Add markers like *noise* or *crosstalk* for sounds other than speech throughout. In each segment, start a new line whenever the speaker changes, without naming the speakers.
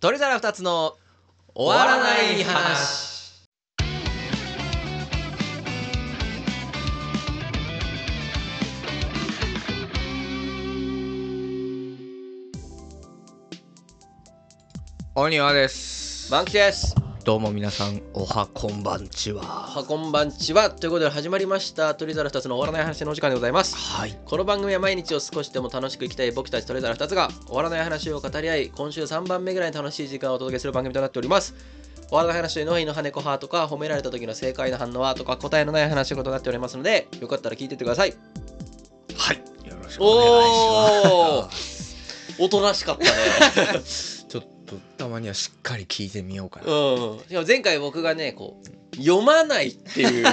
鳥皿二つの終わらない話。お庭です。
バンキです。
どうも皆さん、おはこんばんち
お
は。
はこんばんちは。ということで始まりました。鳥皿2つの終わらない話のお時間でございます。
はい。
この番組は毎日を少しでも楽しく生きたい僕たち鳥皿2つが終わらない話を語り合い、今週3番目ぐらいに楽しい時間をお届けする番組となっております。終わらない話のいの羽子派とか、褒められた時の正解の反応はとか、答えのない話のことになっておりますので、よかったら聞いてってください。
はい。よろしくお願いします。
おとなしかったね。
ちょっとたまにはしっかり聞いてみようかな。
うん。しかも前回僕がね、こう、読まないっていう、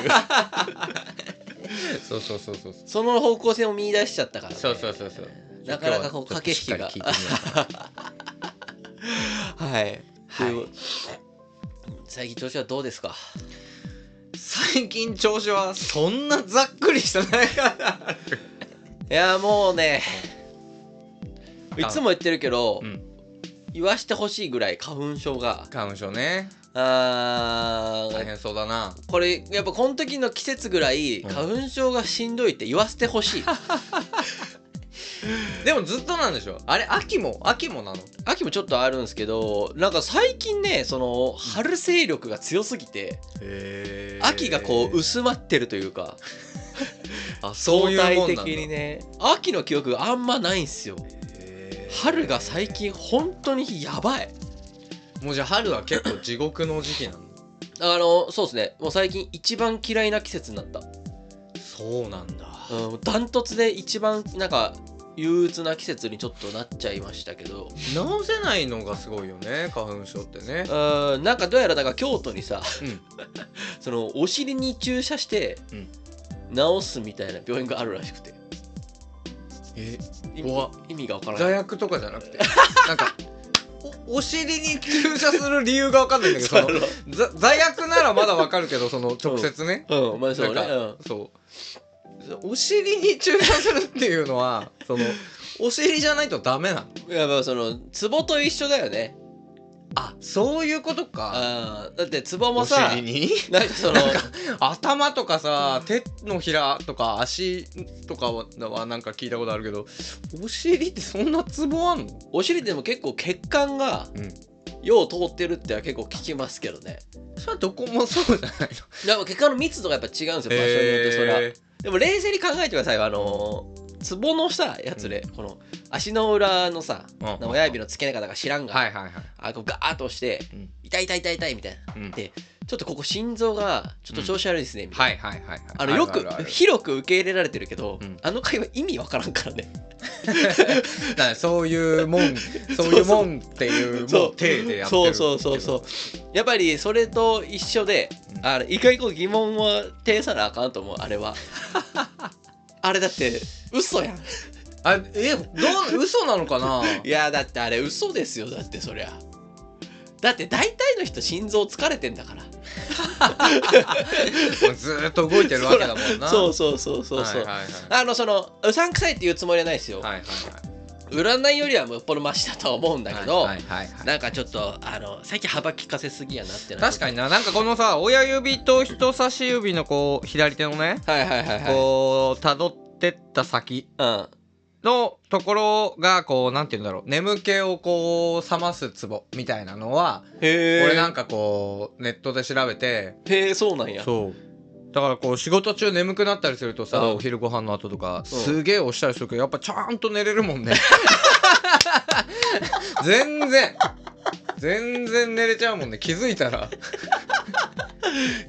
*laughs* そうそうそうそうそう。
その方向性を見出しちゃったから、ね。
そうそうそうそう。
なかなかこう
今
駆け
日
引き
は
が
ちょっとしっかり聞いてみようか
はい。
はい
とう最近調子はどうですか
な最近調子はそんなざっくりしたないから。
いやもうね
うん
いつも言ってるけど、
うん。
言わしてほしいぐらい花粉症が
花粉症ね。
あー
大変そうだな。
これやっぱこの時の季節ぐらい
うん
花粉症がしんどいって言わせてほし
*laughs*
い
でもずっとなんでしょ。あれ秋も秋もなの。
秋もちょっとあるんですけどなんか最近ねその春勢力が強すぎて
へ
秋がこう薄まってるというか
*laughs* あ
相
そういうも
対
んなん
的
だ。
にね秋の記憶があんまないんすよ
へー
春が最近本当にやばい
もうじゃあ春は結構地獄の時期なの
あのそうですねもう最近一番嫌いな季節になった
そうなんだ
うんダン、トツで一番なんか憂鬱な季節にちょっとなっちゃいましたけど
治せないのがすごいよね花粉症ってね
うんなんかどうやらだから京都にさ
うん
*laughs* そのお尻に注射して
うん
治すみたいな病院があるらしくて
え
意
怖
味
っ
意味がわからな
座
い
薬とかじゃなくて *laughs* なんかおお尻に注射する理由が分かんないんだけどその *laughs*
そう
ざ座薬ならまだ分かるけどその直接ね
うんまあそうね
なんか
うん
そうお尻に注射するっていうのはそのお尻じゃないとダメなの
やっぱそのツボと一緒だよね
あそういうことか
あーだってツボも
お
さ
尻に
なんかその
頭とかさ手のひらとか足とかははなんか聞いたことあるけどお尻ってそんなツボあんの
お尻でも結構血管が
うん
よう通ってるっては結構聞きますけどね
それはどこもそうじゃ *laughs* ないの
やっぱ血管の密度がやっぱ違うんですよ場所によってそれは、でも冷静に考えてくださいよあのーツボのさやつで、この足の裏のさ
うんうん
親指の付け根方が知らんが、
はいはいはい、
あこうガーッと押して
うん
痛い痛い痛い痛いみたいな
うん、
でちょっとここ心臓がちょっと調子悪いですね、みたい
はいはいはいはい
なあのよく
るるある
広く受け入れられてるけど、
うん
あの会話意味わからんからね
だからそういうも *laughs* んそういうもんっていうも
そう
う手でやってる
そうそうそうそうやっぱりそれと一緒で、
うん
あの一回こう疑問を呈さなあかんと思うあれ *laughs* はあれだって嘘やん
あえどう嘘なのか *laughs* ない
やだってあれ嘘ですよだってそりゃだって大体の人心臓疲れてんだから
もうずーっと動いてるわけだも *laughs* んな
そうそうそうそうそう、
はいはいはい
あのそのうさんくさいっていうつもりはないですよ、
はいはいはい
占いよりはもうよっぽどマシだとは思うんだけど、
はいはいはい
なんかちょっとあの最近幅利かせすぎやなってな
確かにななんかこのさ親指と人差し指のこう左手のね
はいはいはいはい
こう辿ってった先
うん
のところがこうなんて言うんだろう眠気をこう冷ますツボみたいなのは
へえ
俺なん
か
かこうネットで調べて
へえそうなんや
そうだからこう仕事中眠くなったりするとさ
うん
お昼ご飯の後とかすげえ押したりするけどやっぱちゃんと寝れるもんね全然全然寝れちゃうもんね気づいたら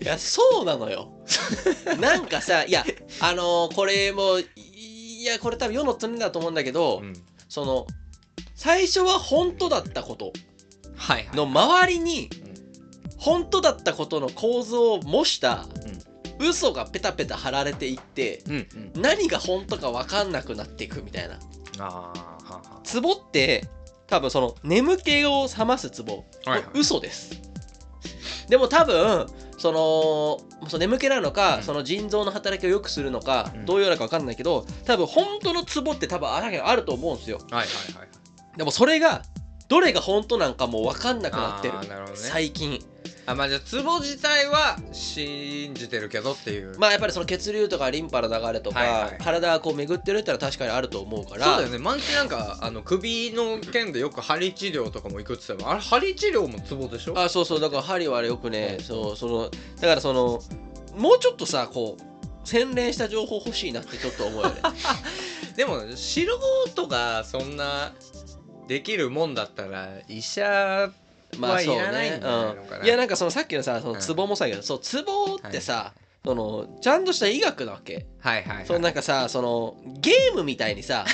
いやそうなのよなんかさいやあのこれもいやこれ多分世の常だと思うんだけど、
うん
その最初は本当だったこと
はいはい
の周りに
うん
本当だったことの構造を模した嘘がペタペタ貼られていって
うんうん
何が本当か分かんなくなっていくみたいな
あーはんはん
ツボって多分その眠気を覚ますツボ、
はいはい
嘘ですでも多分そのその眠気なのか、
うん
その腎臓の働きを良くするのか、
うん
どういうのか分かんないけど多分本当のツボって多分あるあると思うんですよ
はいはいはい
でもそれがどれが本当なんかもう分かんなくなってる
あーなるほどね
最近
あまあじゃあツボ自体は信じてるけどっていう
まあやっぱりその血流とかリンパの流れとか、
はいはい
体がこう巡ってるってのは確かにあると思うから
そうだよねマンキなんかあの首の件でよく針治療とかも行くって言ってたもんあれ針治療もツボでしょ
あそうそうだから針はあれよくねそうそのだからそのもうちょっとさこう洗練した情報欲しいなってちょっと思う
*laughs*
よね
でも素人がそんなできるもんだったら医者
まあそう
いらないん
ね
じゃないのかな
うんいやなんかそのさっきのさその
うん
ツボもさ、うそうツボってさ、そのちゃんとした医学なわけ、
はいはい、はい、
そのなんかさそのゲームみたいに
*laughs*
さ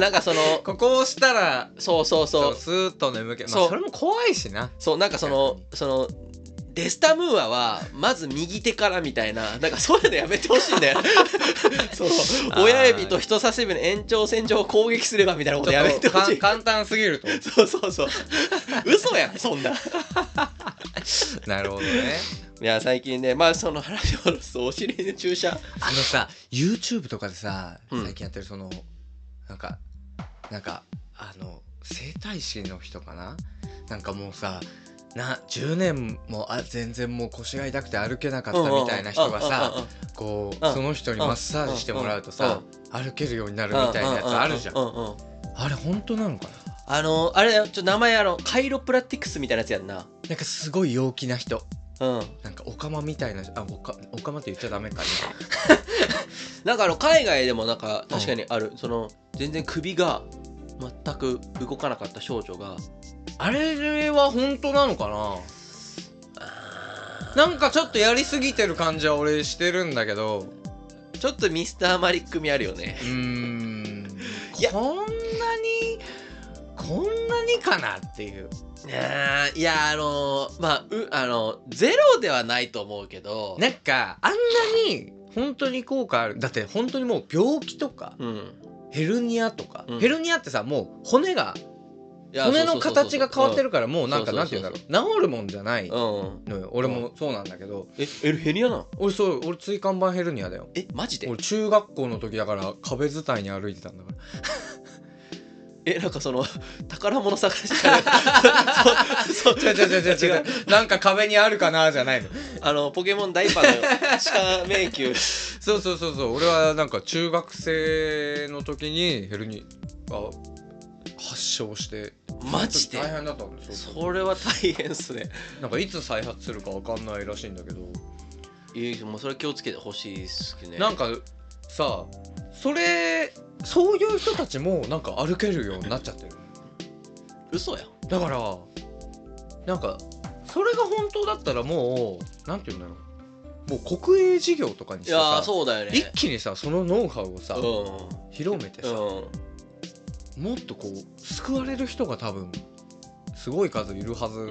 なんかその
ここを押したら
そうそう
そ
そうう
スーッと眠気まあ
そう
それも怖いしな
そうなんかそのそのデスタムーアはまず右手からみたいななんかそういうのやめてほしいんだよ
*laughs*
そう
あ
*laughs*
ー
親指と人差し指の延長線上を攻撃すればみたいなことやめてほし
ちょっ
い
とか簡単す
*laughs*
ぎると
そうそうそう嘘やんそんない
なるほどね
や最近ねまあその話を戻すとお尻に注射
あのさ YouTube とかでさ
うん
最近やってるその、なんかなんかあの整体師の人かななんかもうさな10年もあ全然もう腰が痛くて歩けなかったみたいな人が
うん
さ
うんうん
こう
うん
その人にマッサージしてもらうとさ歩けるようになる
うんうん
みたいなやつあるじゃん
うううんうん
あれ本当なのかな
あのあれだよちょっと名前あのカイロプラティクスみたいなやつやんな
なんかすごい陽気な人
うん
なんかオカマみたいなあオカオカマって言っちゃダ
*laughs*
メかな
なんかあの海外でもなんか確かにある、その全然首が全く動かなかった少女が
あれは本当なのかななんかちょっとやりすぎてる感じは俺してるんだけど
ちょっとミスターマリック味あるよね
うーん
いや
こんなにこんなにかなっていう
いやあのーまあうあのゼロではないと思うけど
なんかあんなに本当に効果あるだって本当にもう病気とか
うん
ヘルニアとか、
うん
ヘルニアってさもう骨が
いや
骨の形が変わって
る
るからもうなん
そ
か
うそ
な
うん
て
そう
言うんだろう治るもんじゃない
うん、うん、
のよ俺もそうなんだけど
えエルヘリアなの
俺そう俺椎間板ヘルニアだよ
えマジで
俺中学校の時だから壁伝いに歩いてたんだから
えなんかその *laughs* 宝物探しじゃない
*laughs*
そうそう
違う違う違う違う違うなんか壁にあるかなじゃないの
あのポケモンダイパーの地下迷
*laughs*
宮
そうそうそうそう俺はなんか中学生の時にヘルニア発症して
マジで
大変だったんですよ
それは大変っすね
なんかいつ再発するかわかんないらしいんだけど、
いやもうそれ気をつけてほしいっすね
なんかさそれそういう人たちもなんか歩けるようになっちゃってる
嘘やん
だからなんかそれが本当だったらもうなんて言うんだろうもう国営事業とかにし
い
て
やー
さ
そうだよね
一気にさそのノウハウをさ、
う
広めてさ、
んうん
もっとこう救われる人が多分すごい数いるはず
う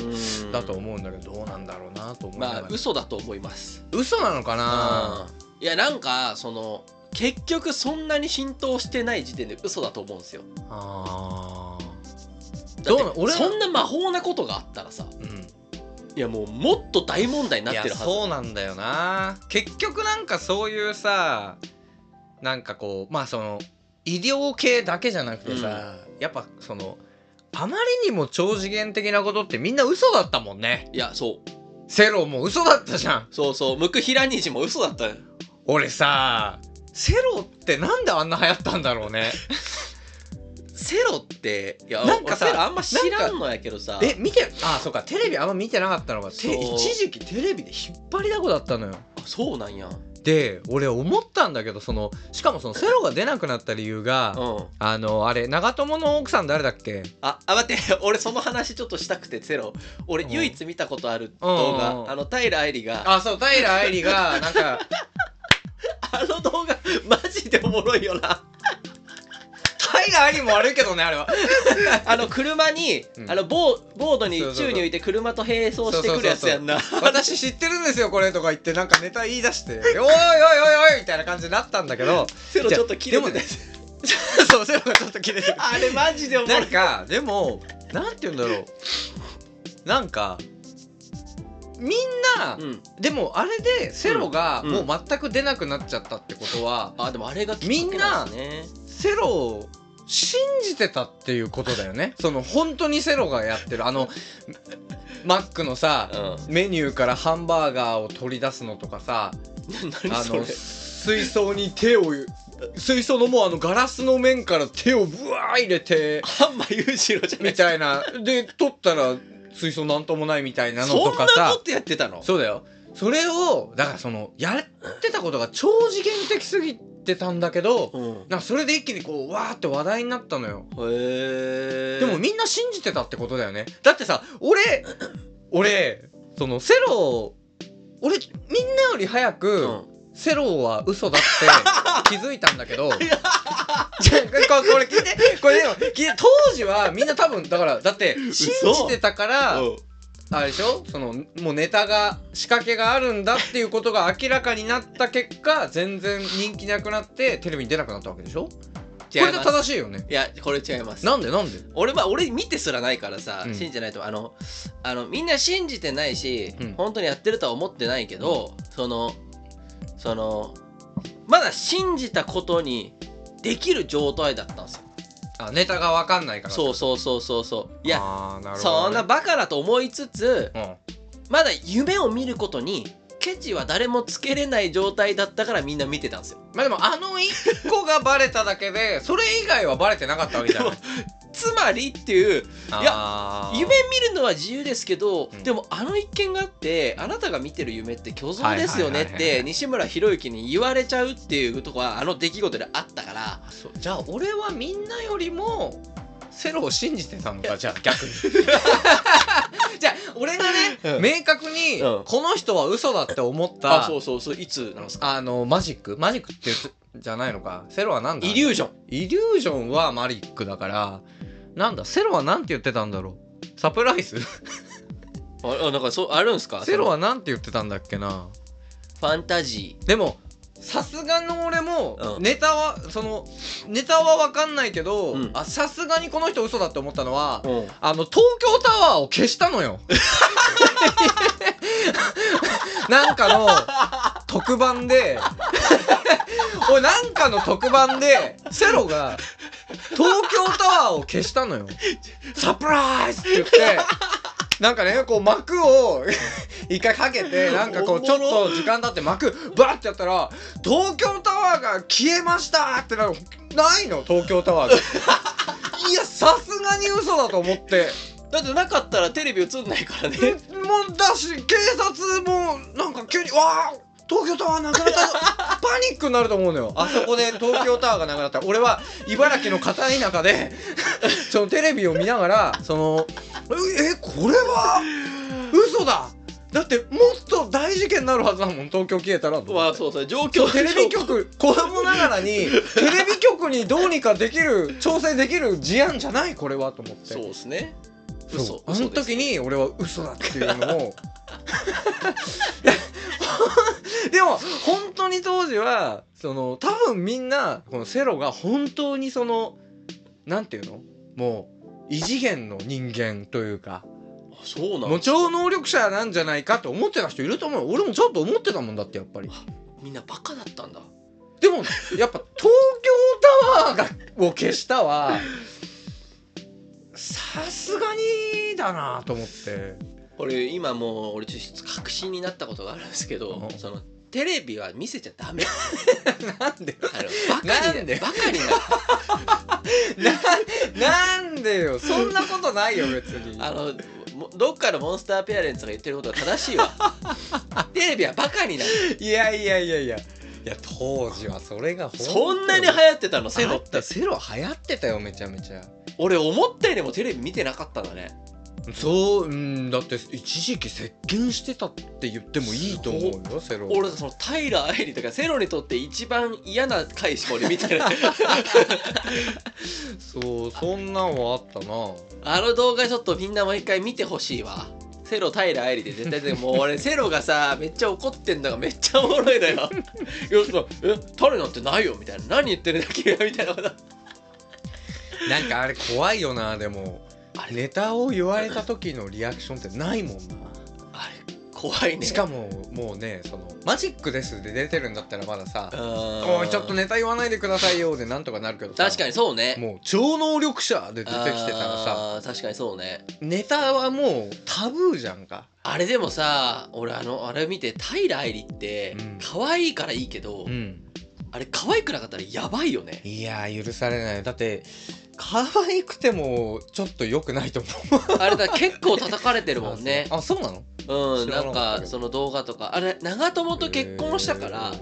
ん
だと思うんだけど、どうなんだろうなと思いなが
まあ
ら
嘘だと思います
嘘なのかな、
うんいやなんかその結局そんなに浸透してない時点で嘘だと思うんですよ
あ
だって
どうな俺は
そんな魔法なことがあったらさ
ーうん
いやもうもっと大問題になっ
い
てる
や
はず
そうなんだよな結局なんかそういうさなんかこうまあその医療系だけじゃなくてさ、やっぱそのあまりにも超次元的なことってみんな嘘だったもんね
いやそう
セロも嘘だったじゃん
そうそうムクヒラニジも嘘だったよ
俺さセロってなんであんな流行ったんだろうね
セロっていや
な
なんんか
かさ
セロあんま知らんのやけどさ
え見てあそうかテレビあんま見てなかったのがて
そう
一時期テレビで引っ張りだこだったのよ
あそうなんやうん
で俺思ったんだけどそのしかもそのセロが出なくなった理由が、あのあれ長友の奥さん誰だっけ
ああ待って *laughs* 俺その話ちょっとしたくてセロ俺
うん
唯一見たことある動
うんうんうん
画あの平愛梨が
あそう平愛梨がなんか
あの動画マジでおもろいよ
*laughs*
な
*laughs* 平愛梨も悪いけどねあれ *laughs* は
あの車に、
うん
あのボーボードに
そうそうそう
宙に浮いて車と並走してくるやつやんな
私知ってるんですよこれとか言ってなんかネタ言い出して「おいおいおいおい」みたいな感じになったんだけど
セロちょっと切れてたやつ
*laughs* そうセロがちょっと切れてる
あれマジでおもろ
ないんかでもなんて言うんだろうなんかみんな、
うん、
でもあれでセロが
うん
もう全く出なくなっちゃったってことは、
あでもあれがきっかけなんですね
セロ信じてたっていうことだよねその本当にセロがやってるあのマックのさ
う
メニューからハンバーガーを取り出すのとかさ
ん何
あ
それ
の水槽に手を水槽のもうあのガラスの面から手をぶわー入れて
ハンマ裕次郎じゃな
*laughs* み
いそ
たいなで取ったら水槽なんともないみたいなのと
ん
か
な
さ
ことやってたの
そうだよそれをだからそのやってたことが超次元的すぎてたんだけど
うん
なんかそれで一気にこうわーって話題になったのよ
へえ
でもみんな信じてたってことだよねだってさ俺俺そのセロ俺みんなより早く、セロは嘘
*laughs*
だって気づいたんだけどじゃあここれ聞いてこれでも聞いて当時はみんな多分だからだって信じてたからあれでしょそのもうネタが仕掛けがあるんだっていうことが明らかになった結果全然人気なくなってテレビに出なくなったわけでしょこ
違いま
れ
す
で正しいよね
いやこれ違います
なんでなんで
俺は俺見てすらないからさ、
うん
信じてないとあのあのみんな信じてないし、
うん
本当にやってるとは思ってないけど、そのそのまだ信じたことにできる状態だったんですよ
あネタが分かんないから
そうそうそうそうそういや
やなるほ
そ
ど
ん
ね
なバカだと思いつつ
うん
まだ夢を見ることにケチは誰もつけれない状態だったからみんな見てたんですよ
まあでもあの1個がバレただけでそれ以外はバレてなかったわけじ
*laughs*
ゃない
つまりっていういや
や
夢見るのは自由ですけど、
うん
でもあの一件があってあなたが見てる夢って虚像ですよねっ
はいはいはいは
て
い
西村博之に言われちゃうっていうとこはあの出来事であったから
そうじゃあ俺はみんなよりもセロを信じてたのかじゃあ逆に *laughs* じゃあ俺がね、
うん
明確に、
うん
この人は嘘だって思った
あそうそうそういつなんですか
あのマジックマジックって言うじゃないのかセロはなんだ
イリュージョン
イリュージョンはマリックだからなんだセロはなんて言ってたんだろうサプライズ
ああなんかそうあるんですか
セロはなんて言ってたんだっけな
そのファンタジ
でもさすがの俺も
うん
ネタは、そのネタは分かんないけど
うん
あさすがにこの人嘘だって思ったのは
ー、うん、
あの東京タワーを消したのよなんかの特番で *laughs* おいなんかの特番でセロが東京タワーを消したのよサプライズって言ってなんかねこう幕を *laughs* 一回かけてなんかこ
お
う
もろ
ちょっと時間経って幕バッてやったら「東京タワーが消えました!」ってなのないの東京
*laughs*
タワーが。いやさすがに嘘だと思って
だってなかったらテレビ映んないからね
もうだし警察もなんか急に「わあ東京タワーなくなったぞ」パニックになると思うのよあそこで東京タワーがなくなったら俺は茨城の片田舎でそのテレビを見ながらその「ええこれは嘘だ!」だってもっと大事件になるはずだもん東京消えたら
ま
と思っ
あ
て
そうそう状況
今日テレビ局子供ながらにテレビ局にどうにかできる調整できる事案じゃないこれはと思って
そうですね
そ
嘘
うあの時に俺は嘘だっていうのをいや *laughs* でも本当に当時はその多分みんなこのセロが本当にそのなんていうのもう異次元の人間というか
あそうな
も
の
う超能力者なんじゃないかと思ってた人いると思う俺もちょっと思ってたもんだってやっぱり
みんなバカだったんだ
でもやっぱ *laughs* 東京タワーがを消したはさすがにだなと思って。
俺今もう俺ちょっと確信になったことがあるんですけど、
うん
そのテレビは見せちゃ
*laughs*
ダメ
*laughs* なんで
あのバカ
な
に
んで
なバカにな
*laughs* なんでよそんなことないよ別に
あのもどっかのモンスターペアレンツが言ってることは正し
*laughs*
いわテレビはバカになる
いやいやいやいやいや当時はそれが本当
そんなに流行ってたのセ
セ
ロ
ロ
っ
って
て
セロ流行ってたよめちゃめちゃ
俺思ったよりもテレビ見てなかったんだね
そううんだって一時期接見してたって言ってもいいと思うよセロ
俺その平愛理とかセロにとって一番嫌な回しか俺見てない
そうそんなんはあったな
あの動画ちょっとみんなもう一回見てほしいわセロ平愛理で絶対出てもう
*laughs*
俺セロがさめっちゃ怒ってんのがめっちゃおもろいのよ要するにえ誰なんてないよ」みたいな「何言ってるんだ君は」みたいなこと
なんかあれ怖いよなでもネタを言われた時のリアクションってないもんな
あれ怖いね
しかももうねその「マジックです」で出てるんだったらまださ「お
お
いちょっとネタ言わないでくださいよ」でなんとかなるけどさ
確かにそうね
もう超能力者で出てきてたらさ
あー確かにそうね
ネタはもうタブーじゃんか
あれでもさ俺あのあれ見て平愛梨って
うん
可愛いからいいけど、
うん
あれ可愛くなかったらやばいよね
いやー許されないだって可愛くてもちょっと良くないと *laughs* 思
あれだ結構叩かれて
う
るもんね
あそうなの
うん
知
な
ら
ん
なかったけ
か
ど
その動画とかあれ長友と結婚したから
へー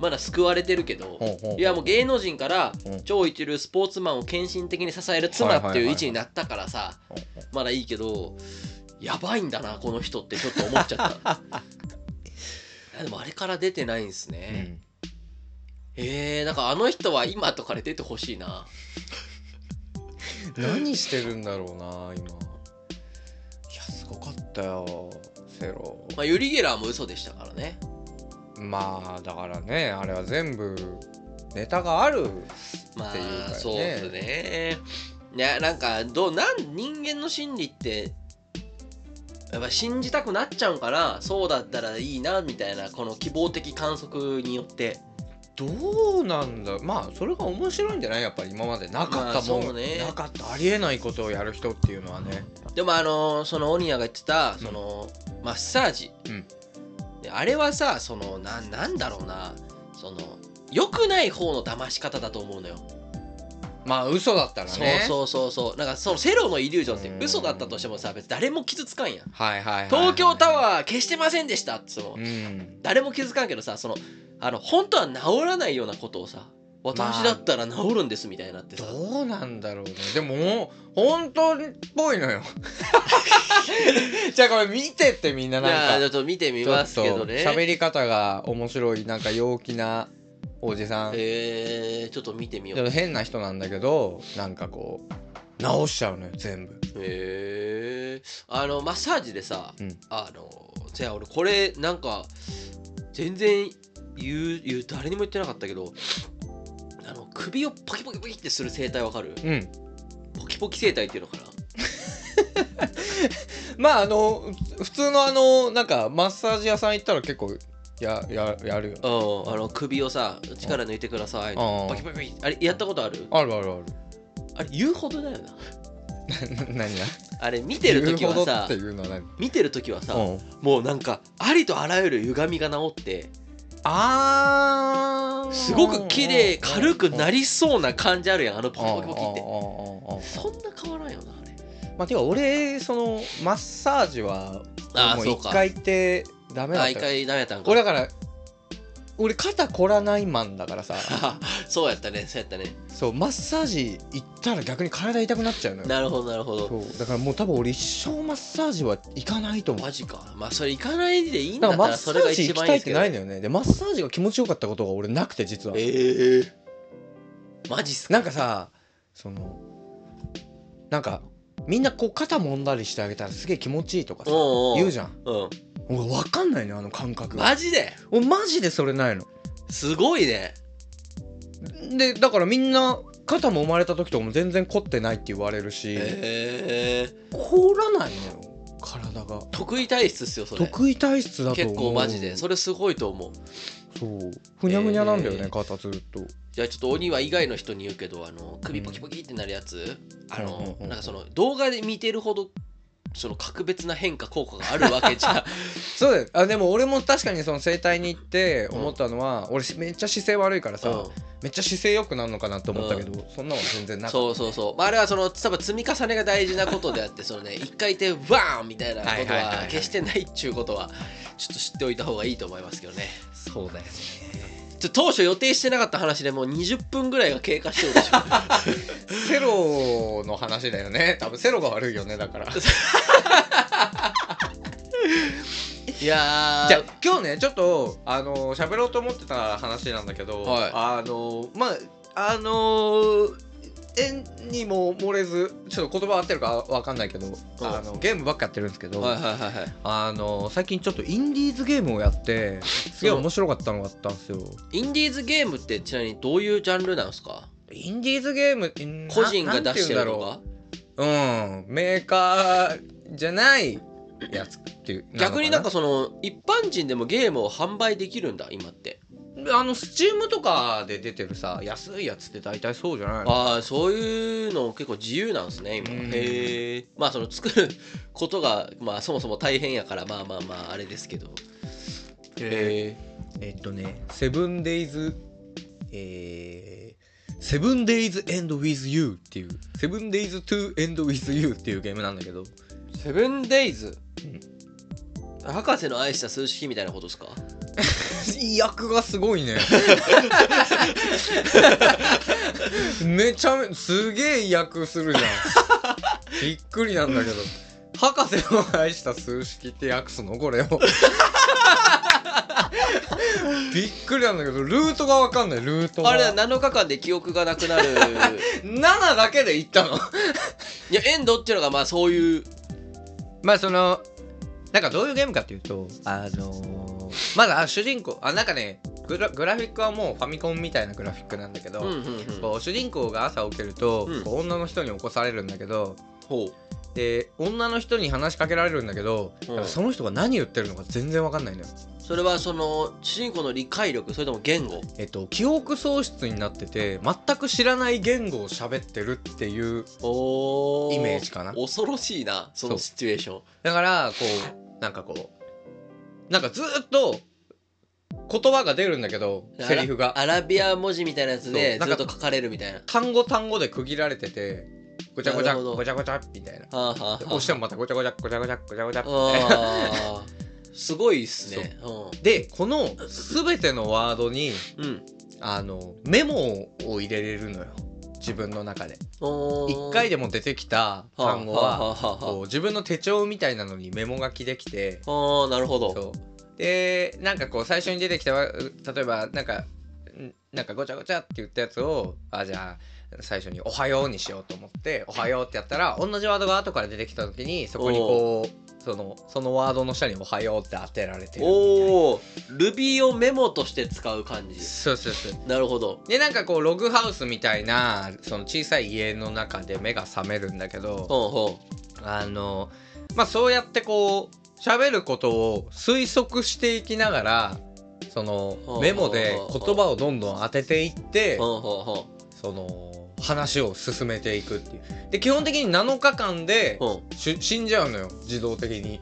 まだ救われてるけど
ほうほうほう
いやもう芸能人から
うん
超一流スポーツマンを献身的に支える妻っていう位置になったからさ
ほうほ
まだいいけどやばいんだなこの人ってちょっと思っちゃった
*laughs*
いやでもあれから出てないんです
うう
ね、
ん
えー、なんかあの人は今とかで出てほしいな
何してるんだろうな今いやすごかったよセロ
まあユリ・ゲラーも嘘でしたからね
まあだからねあれは全部ネタがある
ま
っていうか
あ
ね
そうですねいやなんかどうなん人間の心理ってやっぱ信じたくなっちゃうんかなそうだったらいいなみたいなこの希望的観測によって
どうなんだまあそれが面白いんじゃないやっぱり今までなかったもん、
まあそうね
なかったありえないことをやる人っていうのはね
でもあのーそのオニアが言ってたその、マッサージ、
うん
であれはさそのななんだろうなその良くない方の騙し方だと思うのよ、
まあ嘘だったら
そう
ねう
そうそうそうなんかそのセロのイリュージョンって
うん
嘘だったとしてもさ別に誰も傷つかんやん
はいはいはい、はい、
東京タワー消してませんでしたってその、
うん
誰も気づかんけどさそのあの本当は治らないようなことをさ私だったら治るんですみたいになってさ、
どうなんだろうねでも本当っぽいのよじゃあこれ見てってみんな
じゃ
な
あ
ん
ちょ
か
っと見てみ
ちょ
ま
っ
す
と
けどね
喋り方が面白いなんか陽気なおじさん
えー、ちょっと見てみよ
で
う
も変な人なんだけどなんかこう直しちゃうのよ全部
へえあのマッサージでさ、
うん
あのじゃあ俺これなんか全然言う言う誰にも言ってなかったけどあの首をポキポキポキってする生態わかる
うん
ポキポキ生態っていうのかな
まああの普通のあのなんかマッサージ屋さん行ったら結構やややるよね
うんあの首をさ力抜いてください
うん
ポキポキポキあれやったことある
あるある
*laughs*
あ
あれ言うほどだよな
るな何が
あれ見てる時は
言うほどっ
さ
ていうのは何
見てる時はさ、
うん
もうなんかありとあらゆる歪みが治って
あー
すごく綺麗軽くな
り
りそうな感じあるやんあのポキポキポキって
って
そんな変わらんよなあれ
まあてか俺そのマッサージは
あー
もう
そうか
一回行ってダメだっ
あ
た
一
よ
回ダメやったんか
俺だから俺肩こらないマンだか
*laughs*
らさ
*laughs* そうやったねそうやったね
そうマッサージ行ったら逆に体痛くなっちゃうのよ
なるほどなるほど
そうだからもう多分俺一生マッサージは行かないと思う
マジかまあそれ行かないでいいんだ
だ
っ
から
た
マッ
ら
サ
それが
ージ
一
行き
番い
た
いで
いっ
す
て
けど
ないのよねでマッサージが気持ちよかったことが俺なくて実は
ええマジっすか
なんかさそのなんかみんなこう肩揉んだりしてあげたらすげえ気持ちいいとかさ
おうおう
言うじゃん
うん
俺分かんないのよあの感覚が
マジで
俺マジでそれないの
すごいね
でだからみんな肩も生まれた時とかも全然凝ってないって言われるし、
ええ
凍らないのよ体が
得意体質っすよそれ
得意体質だと思う
結構マジでそれすごいと思う
そうふにゃふにゃなんだよね、
えー
肩ずっと
じゃあちょっと鬼は以外の人に言うけどあの首ポキポキってなるやつ、あ
うんうん
の
うんうん
なんかその動画で見てるほどその格別な変化効果があるわけじ
*laughs*
ゃ
そうだよあでも俺も確かにその整体に行って思ったのは、俺めっちゃ姿勢悪いからさ、
う、
めっちゃ姿勢良くなるのかなと思ったけど、そんなの全然なんかった
そうそうそう、まあ、あれはその多分積み重ねが大事なことであってそのね一回転バーンみたいなこ
はい
と
はいはいは
はい決してないっちゅうことはちょっと知っておいた方がいいと思いますけどね
そうだよね
ちょ当初予定してなかった話でもう20分ぐらいが経過してるでしょ
*laughs* セロの話だよね多分セロが悪いよねだから *laughs* じ
*laughs* いやー
ゃあ今日ねちょっとあの喋ろうと思ってた話なんだけど、
はい
あのまああの縁にも漏れずちょっと言葉合ってるかわかんないけどあのゲームばっかやってるんですけど、
はいはいはいはい
あの最近ちょっとインディーズゲームをやってすげえ面白かったのがあったんですよ
インディーズゲームってちなみにどういうジャンルなんですか
インディーズゲームうん
個人が出してる
な
と
なん
か
て言うんだろううんメーカーじゃないやつっていう
逆になんか
の
その一般人でもゲームを販売できるんだ今って
なあのスチームとかで出てるさ安いやつって大体そうじゃないの
ああそういうの結構自由なんですね今
うん
へえまあその作ることがまあそもそも大変やからまあまあまああれですけどへえ
えっとね、セブンデイズ、えー、セブンデイズエンドウィズユーっていう、セブンデイズトゥエンドウィズユーっていうゲームなんだけど、
セブンデイズ博士の愛した数式みたいなことですか
威訳がす *laughs* ごいね。めちゃめ、すげえ威訳するじゃん。びっくりなんだけど。博士の愛した数式って訳すのこれを。びっくりなんだけど、ルートがわかんない、ルートが。
あれだ7日間で記憶がなくなる *laughs*
7だけで行ったの
いやエンドっていうのがまあそういう
まあそのなんかどういうゲームかっていうとあのーまだあ主人公あなんかねグラグラフィックはもうファミコンみたいなグラフィックなんだけど、
うんうんうん
こう主人公が朝起きると、
うん
こう女の人に起こされるんだけど
ほう
で女の人に話しかけられるんだけど、
うん
やっぱその人が何言ってるのか全然わかんないのよ。
それはその主人公の理解力それとも言語
えっと、記憶喪失になってて全く知らない言語を喋ってるっていう
お
イメージかな。
恐ろしいなそ
そ
の
う
シチュエーション
だからこうなんかこうなんかずーっと言葉が出るんだけどセリフが
アラアラビア文字みたいなやつ
そ
で
うなん
ず
か
っと書かれるみたいな
単語単語で区切られててごちゃごち
な
ゃ
るほど
ごちゃごちゃみたいな
はあはあは
押してもまたごちゃごちゃごちゃごちゃごちゃごちゃみたいな
ああーすごいっすねう
でこの全てのワードに
ん、うん、
あのメモを入れれるのよ自分の中で
お
1回でも出てきた単語はこう自分の手帳みたいなのにメモ書きできて
ああなるほど
そうでなんかこう最初に出てきたわ例えばなんかんなんかごちゃごちゃって言ったやつをあじゃあ最初に「おはよう」にしようと思って「おはよう」ってやったら同じワードが後から出てきた時にそこにこうそのそのワードの下に「おはよう」って当てられてるみたいな
おお Ruby をメモとして使う感じ
そうそうそう
なるほど
でなんかこうログハウスみたいなその小さい家の中で目が覚めるんだけど
ほうほ
あのまあそうやってこう喋ることを推測していきながらそのメモで言葉をどんどん当てていって
うほうほうほ
その話を進めていくっていうで基本的に7日間で
うほ
し死んじゃうのよ自動的に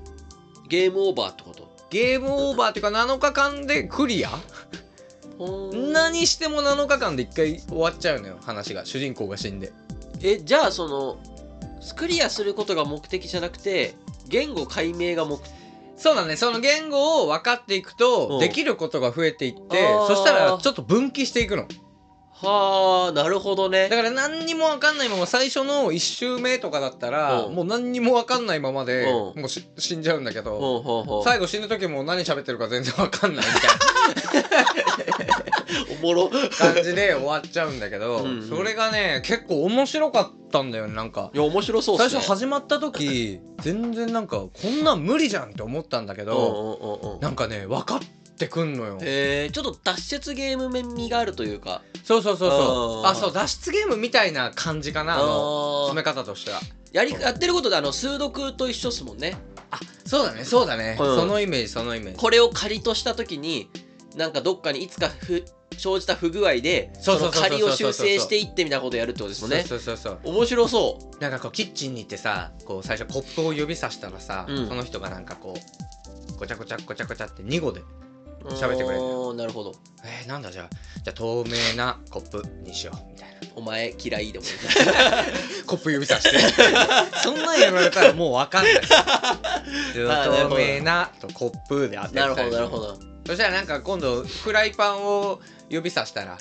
うゲームオーバーってこと
ゲームオーバーっていうか7日間でクリア
ほー
何しても7日間で1回終わっちゃうのよ話が主人公が死んで
えじゃあそのクリアすることが目的じゃなくて言語解明が目的
そうだねその言語を分かっていく
うん
とできることが増えていって
あー
そしたらちょっと分岐していくの
はあなるほどね
だから何にも分かんないまま最初の1周目とかだったら
うん
もう何にも分かんないままで
う
もうし死んじゃうんだけど
ほうほうほう
最後死ぬ時も何喋ってるか全然分かんないみたい
おもろ
な感じで終わっちゃうんだけど
うんうん
それがね結構面白かったんだよねなんか
いや面白そうっす
最
ね
初始まった時全然なんかこんなん無理じゃんって思ったんだけど
うんうんうんうん
なんかね分かってくんのよ
へえちょっと脱出ゲーム面味があるというか
そうそうそうそう
あー
あそう脱出ゲームみたいな感じかなあの
あ
詰め
ー
方としては
やりやってることであの数読と一緒っすもんね
そうだねそうだね、
うん
そのイメージそのイメージ
これを仮とした時になんかどっかにいつかふ生じた不具合で
そうそうそうそう
の仮を修正していってみたいなことをやるってことです
そ
も
うん
ね
そうそうそう
面白そ
なんかこうキッチンに行ってさこう最初コップを指さしたらさ、
うん
その人がなんかこうごちゃごちゃごちゃごちゃって2語で
う
喋ってくれる
おーなるほど
「えー、なんだじゃあじゃあ透明なコップにしよう」み *laughs* たいな
お前嫌いでもいい
コップ指さして *laughs* そんなん言われたらもう分
*laughs*
かんない
あーなるほど
透明なとコップで当て
なるほどなる
ど
ほど
そしたらなんか今度フライパンを指さしたら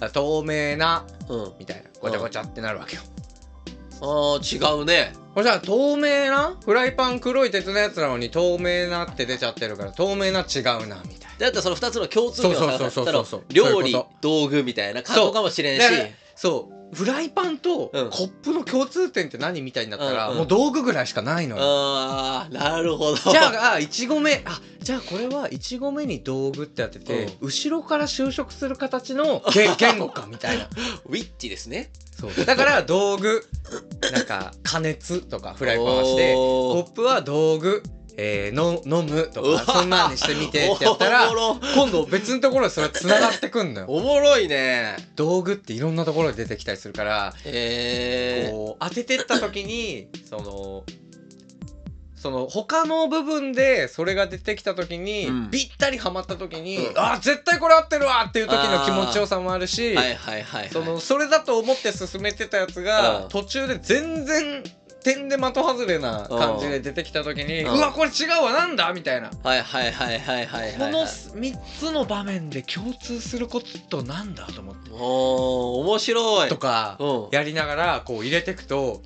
あ透明な
うんうん
みたいなごちゃごちゃってなるわけよ、
あー違うね
そしたら透明なフライパン黒い鉄のやつなのに透明なって出ちゃってるから透明な違うなみたいな
だったらその2つの共通点を探
そうそ
し
うそうそう
たら
そうそういうこと
料理道具みたいな感動かもしれんし
だからそうフライパンと
うん
コップの共通点って何みたいになった
う
ら、
んうん
もう道具ぐらいしかないのよ。
あーなるほど
じゃああ1合目あじゃあこれは1合目に道具って当てて、後ろから就職する形
*laughs*
のげ言語かみたいな
ウィッチですね
そうだから道具なんか加熱とかフライパンはしてコッ
おー
プは道具、えーの飲むと
う
か
わ
そんなんにしてみてってやったら
おもろ
今度別のところでそれつながってくんのよ。
おもろいね
道具っていろんなところで出てきたりするから
えー、
こう当ててった時にそのその他の部分でそれが出てきた時に、
うん
ぴったりはまった時に、
うん
あー絶対これ合ってるわっていう時の気持ちよさもあるし
はいはいはい、はい、
そのそれだと思って進めてたやつ
う
が
ん
途中で全然点で的外れな感じで出てきた時に
う
うんわこれ違うわなんだみたいな。
はいはいはいはいはいはい
こ
はい
の3つの場面で共通することなんだと思って
おー面白い
とか
うん
やりながらこう入れてくと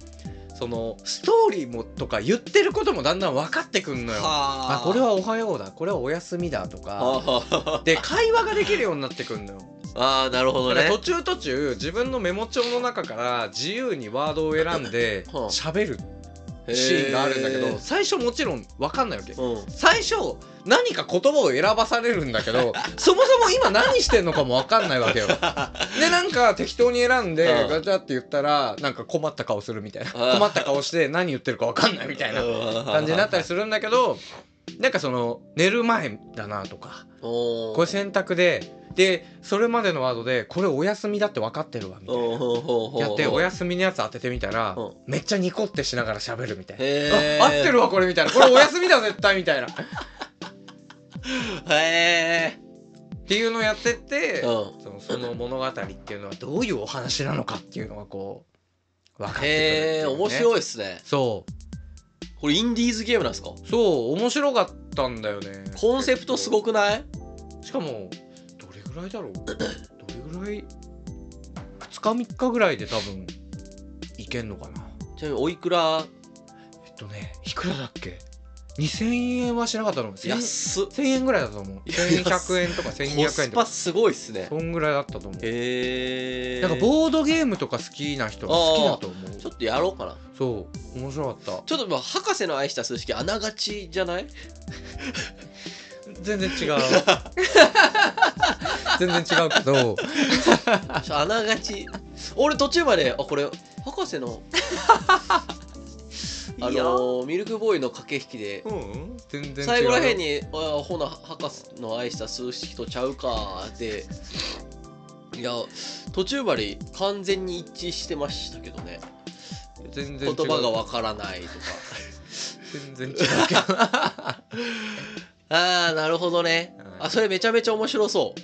そのストーリーもとか言ってることもだんだん分かってくんのよ。
は
あこれはおはようだこれはおやすみだとか
あ
で会話ができるようになってくんのよ。
あーなるほど
だか
ね
ら途中途中自分のメモ帳の中から自由にワードを選ん *laughs* で
はあ
喋るシーンがあるんだけ
へ
ど最初もちろん分かんないわけ。
ーうん
最初何か言葉を選ばされるんだけ *laughs* どそもそも今何してんのかも分かんない *laughs* わけよ。でなんか適当に選んで
うん
ガチャって言ったらなんか困った顔するみたいな
うん
困った顔して何言ってるか分かんないみたいな感じになったりするんだけどなんかその寝る前だなとか
おー
これ選択ででそれまでのワードでこれお休みだって分かってるわみたい
おー
な。
ほうほうほう
やってお休みのやつ当ててみたら
うん
めっちゃニコってしながら喋るみたいな。
へー
あ合ってるわこれみたいなこれお休みだ絶対みたいな。
へえ
っていうのをやってって、
う
そのその物語っていうのはどういうお話なのかっていうのがこう分かってくるって
へ
い
え
う、ね、
面
い
白いっすね
そう
これインディーズゲームなんですか
そう面白かったんだよね
コンセプトすごくない
しかもどれぐらいだ
*laughs*
ろうどれぐらい2日3日ぐらいで多分いけんのかな
ちなみにおいくら
えっとねいくらだっけ2000円はしなかったの1000
安っ
円ぐらいだと思う1100円とか
コ
1200
ス
円と
パ
か
すごいっすね
そんぐらいだったと思う
へえ
なんかボードゲームとか好きな人は好きだと思う
ちょっとやろうかな
そう面白かっ
ちょっとまあ博士の愛した数式あながちじゃない
た全然違う *laughs* 全然違うけど
あながち俺途中まであこれ博士のあ
いや
のーミルクボーイの駆け引きで
うん全然違う
最後らへんに「あほな博士の愛した数式とちゃうか」でいや途中まで完全に一致してましたけどね
全然違
言
う
葉がわからないとか *laughs*
全然違うけど
ああなるほどね
はい
あそれめちゃめちゃ面白そ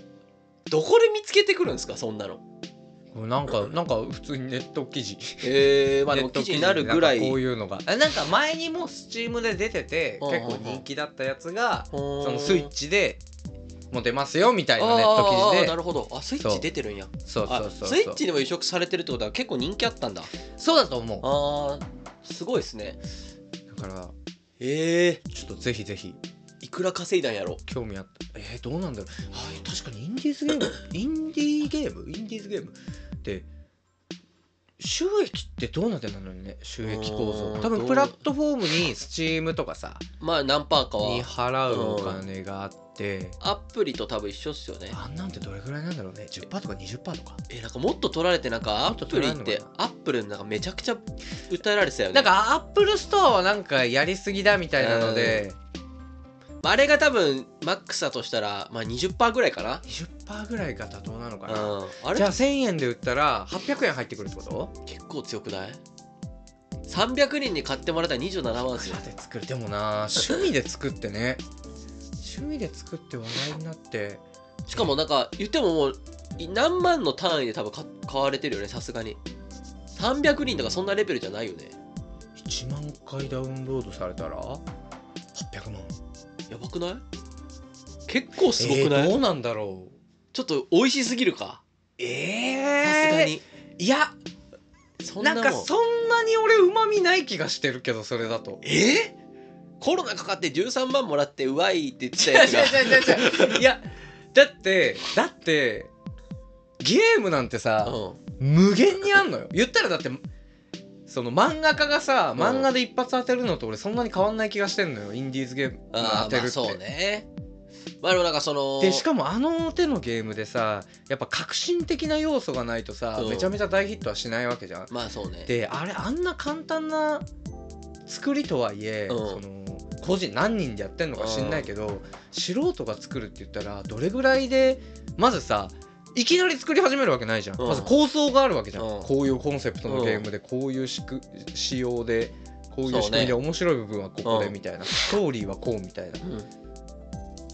うどこで見つけてくるんですかそんなの
これなんかなんか普通にネット記事
ええまあでも
ネット
記事になるぐらい
記事になんかこういうのがえなんか前にもスチームで出てて
うんうんう
結
ん
構人気だったやつが
そ
そのスイッチでもう出ますよみたいなネッ
あ
ト
ー
記
あ
事
ー
で
なるほどあスイッ
そ
チ
う
出てるんや
そうそうそう
あスイッチにも移植されてるってことは結構人気あったんだ
そうだと思う
あーすごいですね
だから
ええ
ちょっとぜひぜひ
いくら稼いだんやろ
興味あったえー、どうなんだろうあ確かにインディーズゲームインディーゲームインディーズゲームって収益ってどうなってんだろうね収益
う
構
ー
造
ん
多分プラットフォームに Steam とかさ
まあ何パーか
に
は
払うお金があって
アプリと多分一緒っすよね
あんなんてどれぐらいなんだろうね10%とか20%とか
えなんかもっと取られてなんか
も
ア
っと
プ
取
リ
ら
っ
れんのかな
てアップルなんかめちゃくちゃ訴えられてたよね
なんかアップルストアはなんかやりすぎだみたいなので
まああれが多分マックスだとしたらまあ20%ぐらいかな
20%ぐらいが妥当なのかな
うんあ
じゃあ
れ
1000円で売ったら800円入ってくるってこと
結構強くない ?300 人に買ってもらったら27万です
*laughs*
よ
で作るでもな趣味で作ってね趣味で作って話題になって
しかもなんか言ってももうい何万の単位で多分か買われてるよねさすがに300人とかそんなレベルじゃないよね
1万回ダウンロードされたら800万
やばくない結構すごくない、
えーどうなんだろう
ちょっと美味しすぎるか
え
さ
ー、
すがに
いや
そん
な
なんもん
かそんなに俺うまみない気がしてるけどそれだ *laughs* と。
えーコロナかかって13万もらってうわいって言ってた
違う
やつ *laughs* が
違う違う違ういやだってだってゲームなんてさ、
う
無限にあんのよ言ったらだってその漫画家がさ
うん
漫画で一発当てるのと俺そんなに変わんない気がしてんのよインディーズゲーム
あ
当
ー
てる
ま
っ
あ
て、
そうねまあでもなんかその
でしかもあの手のゲームでさやっぱ革新的な要素がないとさ
そう
めちゃめちゃ大ヒットはしないわけじゃん。
まあそうね
であれあんな簡単な作りとはいえ、
うん
その個人何人でやってんのか知んないけど、素人が作るって言ったらどれぐらいでまずさいきなり作り始めるわけないじゃん、
うん
まず構想があるわけじゃん、
うん
こういうコンセプトのゲームでこういう仕組仕様でこういう仕組みで
そ
面白い部分はここで
うん
みたいな、ストーリーはこうみたいな
うん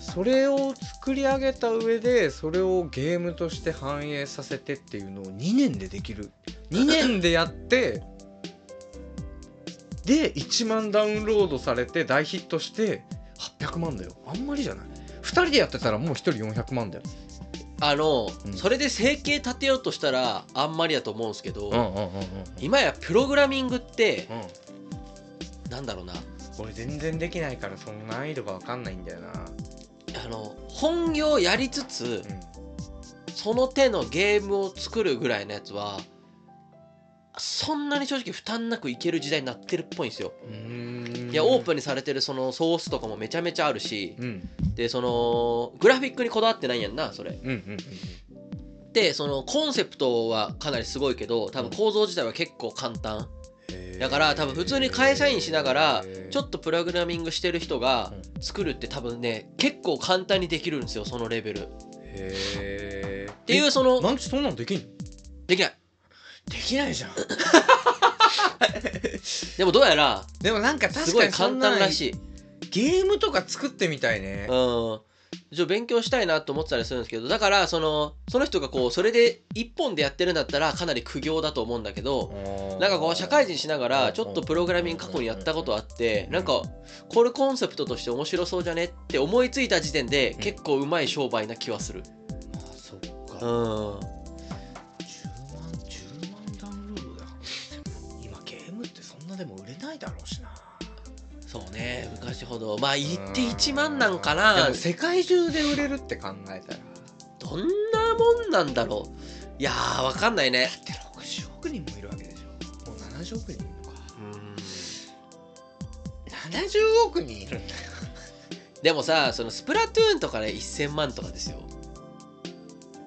それを作り上げた上でそれをゲームとして反映させてっていうのを2年でできる2年でや
*laughs*
ってで1万ダウンロードされて大ヒットして800万だよあんまりじゃない2人でやってたらもう1人400万だよ
あの、
うん
それで生計立てようとしたらあんまりやと思うんですけど、
うんうんうんうん
今やプログラミングって
うん
なんだろうな
俺全然できないからその難易度が分かんないんだよな
あの本業やりつつ
うん
その手のゲームを作るぐらいのやつはそんなに正直負担なくいける時代になってるっぽいんですよ。いやオープンにされてるそのソースとかもめちゃめちゃあるし
うん
でそのグラフィックにこだわってないんやんなそれ
うんうんうん
でそのコンセプトはかなりすごいけど多分構造自体は結構簡単
うん
だから多分普通に会社員しながらちょ
と
っとプログラミングしてる人が
う
作るって多分ね結構簡単にできるんですよそのレベルっ
へーって
いうその
なんちそんなのできんの
できない
できないじゃん
でもどうやら
でもなんか
す
確
ご
か
い
にそん
簡
な
単らしい
ゲームとか作ってみたいね
うんちょっと勉強したいなと思ってたりするんですけどだからそのその人がこうそれで一本でやってるんだったらかなり苦行だと思うんだけどな
な
んかこう社会人しながらちょっとプログラミング過去にやったことあってなんかこれコンセプトとして面白そうじゃねって思いついた時点で結構うまい商売な気はする
まあそっ
う
か
ん
10万10万ダウンロードだから今ゲームってそんなでも売れないだろうしな
そうね昔ほどまあ言って1万なんかな
でも世界中で売れるって考えたら
どんなもんなんだろういやーわかんないね
だって60億人もいるわけでしょもう70億人いるのか
うん
70億人いるんだよ
でもさそのスプラトゥーンとかで1000万とかですよ
*laughs*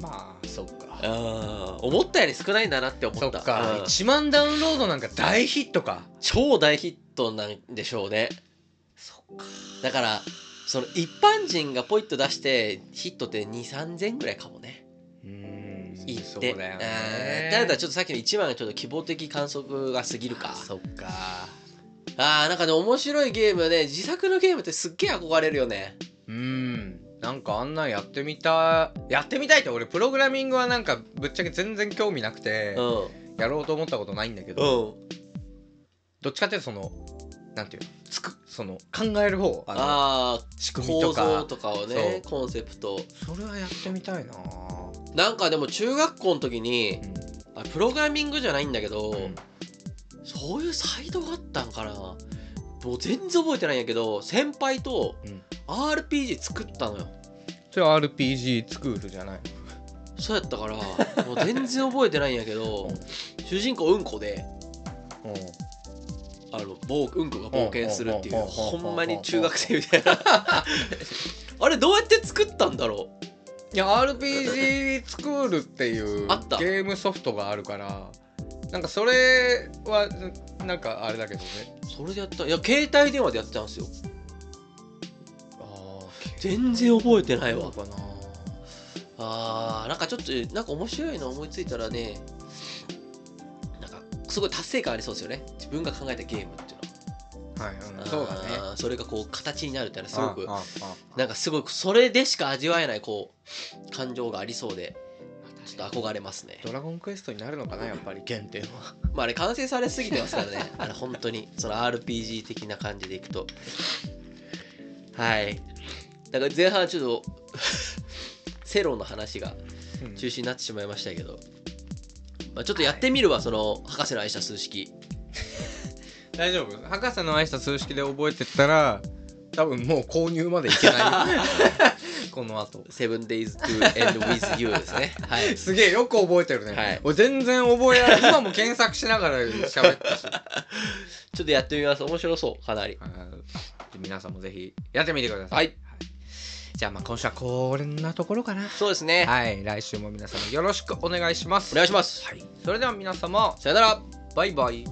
まあそっか
あー思ったより少ないんだなって思
そ
っ
ったか
うん
1万ダウンロードなんか大ヒットか
超大ヒットなんでしょうね
そっか
だからその一般人がポイッと出してヒットって2 3 0 0ぐらいかもね
うーん
いって
そうだよね
あーただちょっとさっきの1番がちょっと希望的観測が過ぎるか
そっか
あーなんかね面白いゲームね自作のゲームってすっげえ憧れるよね
うーんなんかあんなんやってみたいやってみたいって俺プログラミングはなんかぶっちゃけ全然興味なくて
うん
やろうと思ったことないんだけ
う
ど
ん
どっちかっていうとそのなんていうのつくその考える方あの
ああ
仕組み
構造
とか
とかをね
そ
コンセプト
それはやってみたいな
なんかでも中学校の時に
うん
あプログラミングじゃないんだけど、
うん
そういうサイトがあったんかなもう全然覚えてないんやけど先輩と
うん
RPG 作ったのよ
それは RPG スクールじゃない
そうやったからもう全然覚えてないんやけど主人公うんこで
うん
あの冒うんこが冒険するっていう
うんうんうんうん
ほんまに中学生みたいな
*laughs*
あれどうやって作ったんだろ
いや RPG スクールっていう
あった
ゲームソフトがあるからなんかそれはなんかあれだけどね
うそれでやったいや携帯電話でやってたんですよ
あ
全然覚えてないわ
かな
あーなんかちょっとなんか面白いの思いついたらねなんかすごい達成感ありそうですよね自分が考えたゲームっていう
はい、
の
う
は
ん、そうだね
あーそれがこう形になるってのはすごく
あああ
なんかすごくそれでしか味わえないこう感情がありそうでちょっと憧れますね
ドラゴンクエストになるのかなやっぱり原点は
まああれ完成されすぎてますからねあれ本当にその RPG 的な感じでいくとはいだから前半ちょっとセロの話が中止になってしまいましたけど、まあ、ちょっとやってみるわ、その博士の愛した数式
大丈夫博
*laughs*
士の愛した数式で覚えてったら多分もう購入までいけないよこの後
セブンデイズ to end with you です
*laughs*
ね。はい。
すげえよく覚えてるね、
はい
俺全然覚えられない今も検索しながら喋ったし
ちょっとやってみます。面白そう、かなり。
はい皆さんもぜひやってみてください、
はい。
じゃあまあ今週はこんなところかな
そうですね。
はい来週も皆様よろしくお願いします
お願いします。
はい、それでは皆様
さよなら。
バイバイ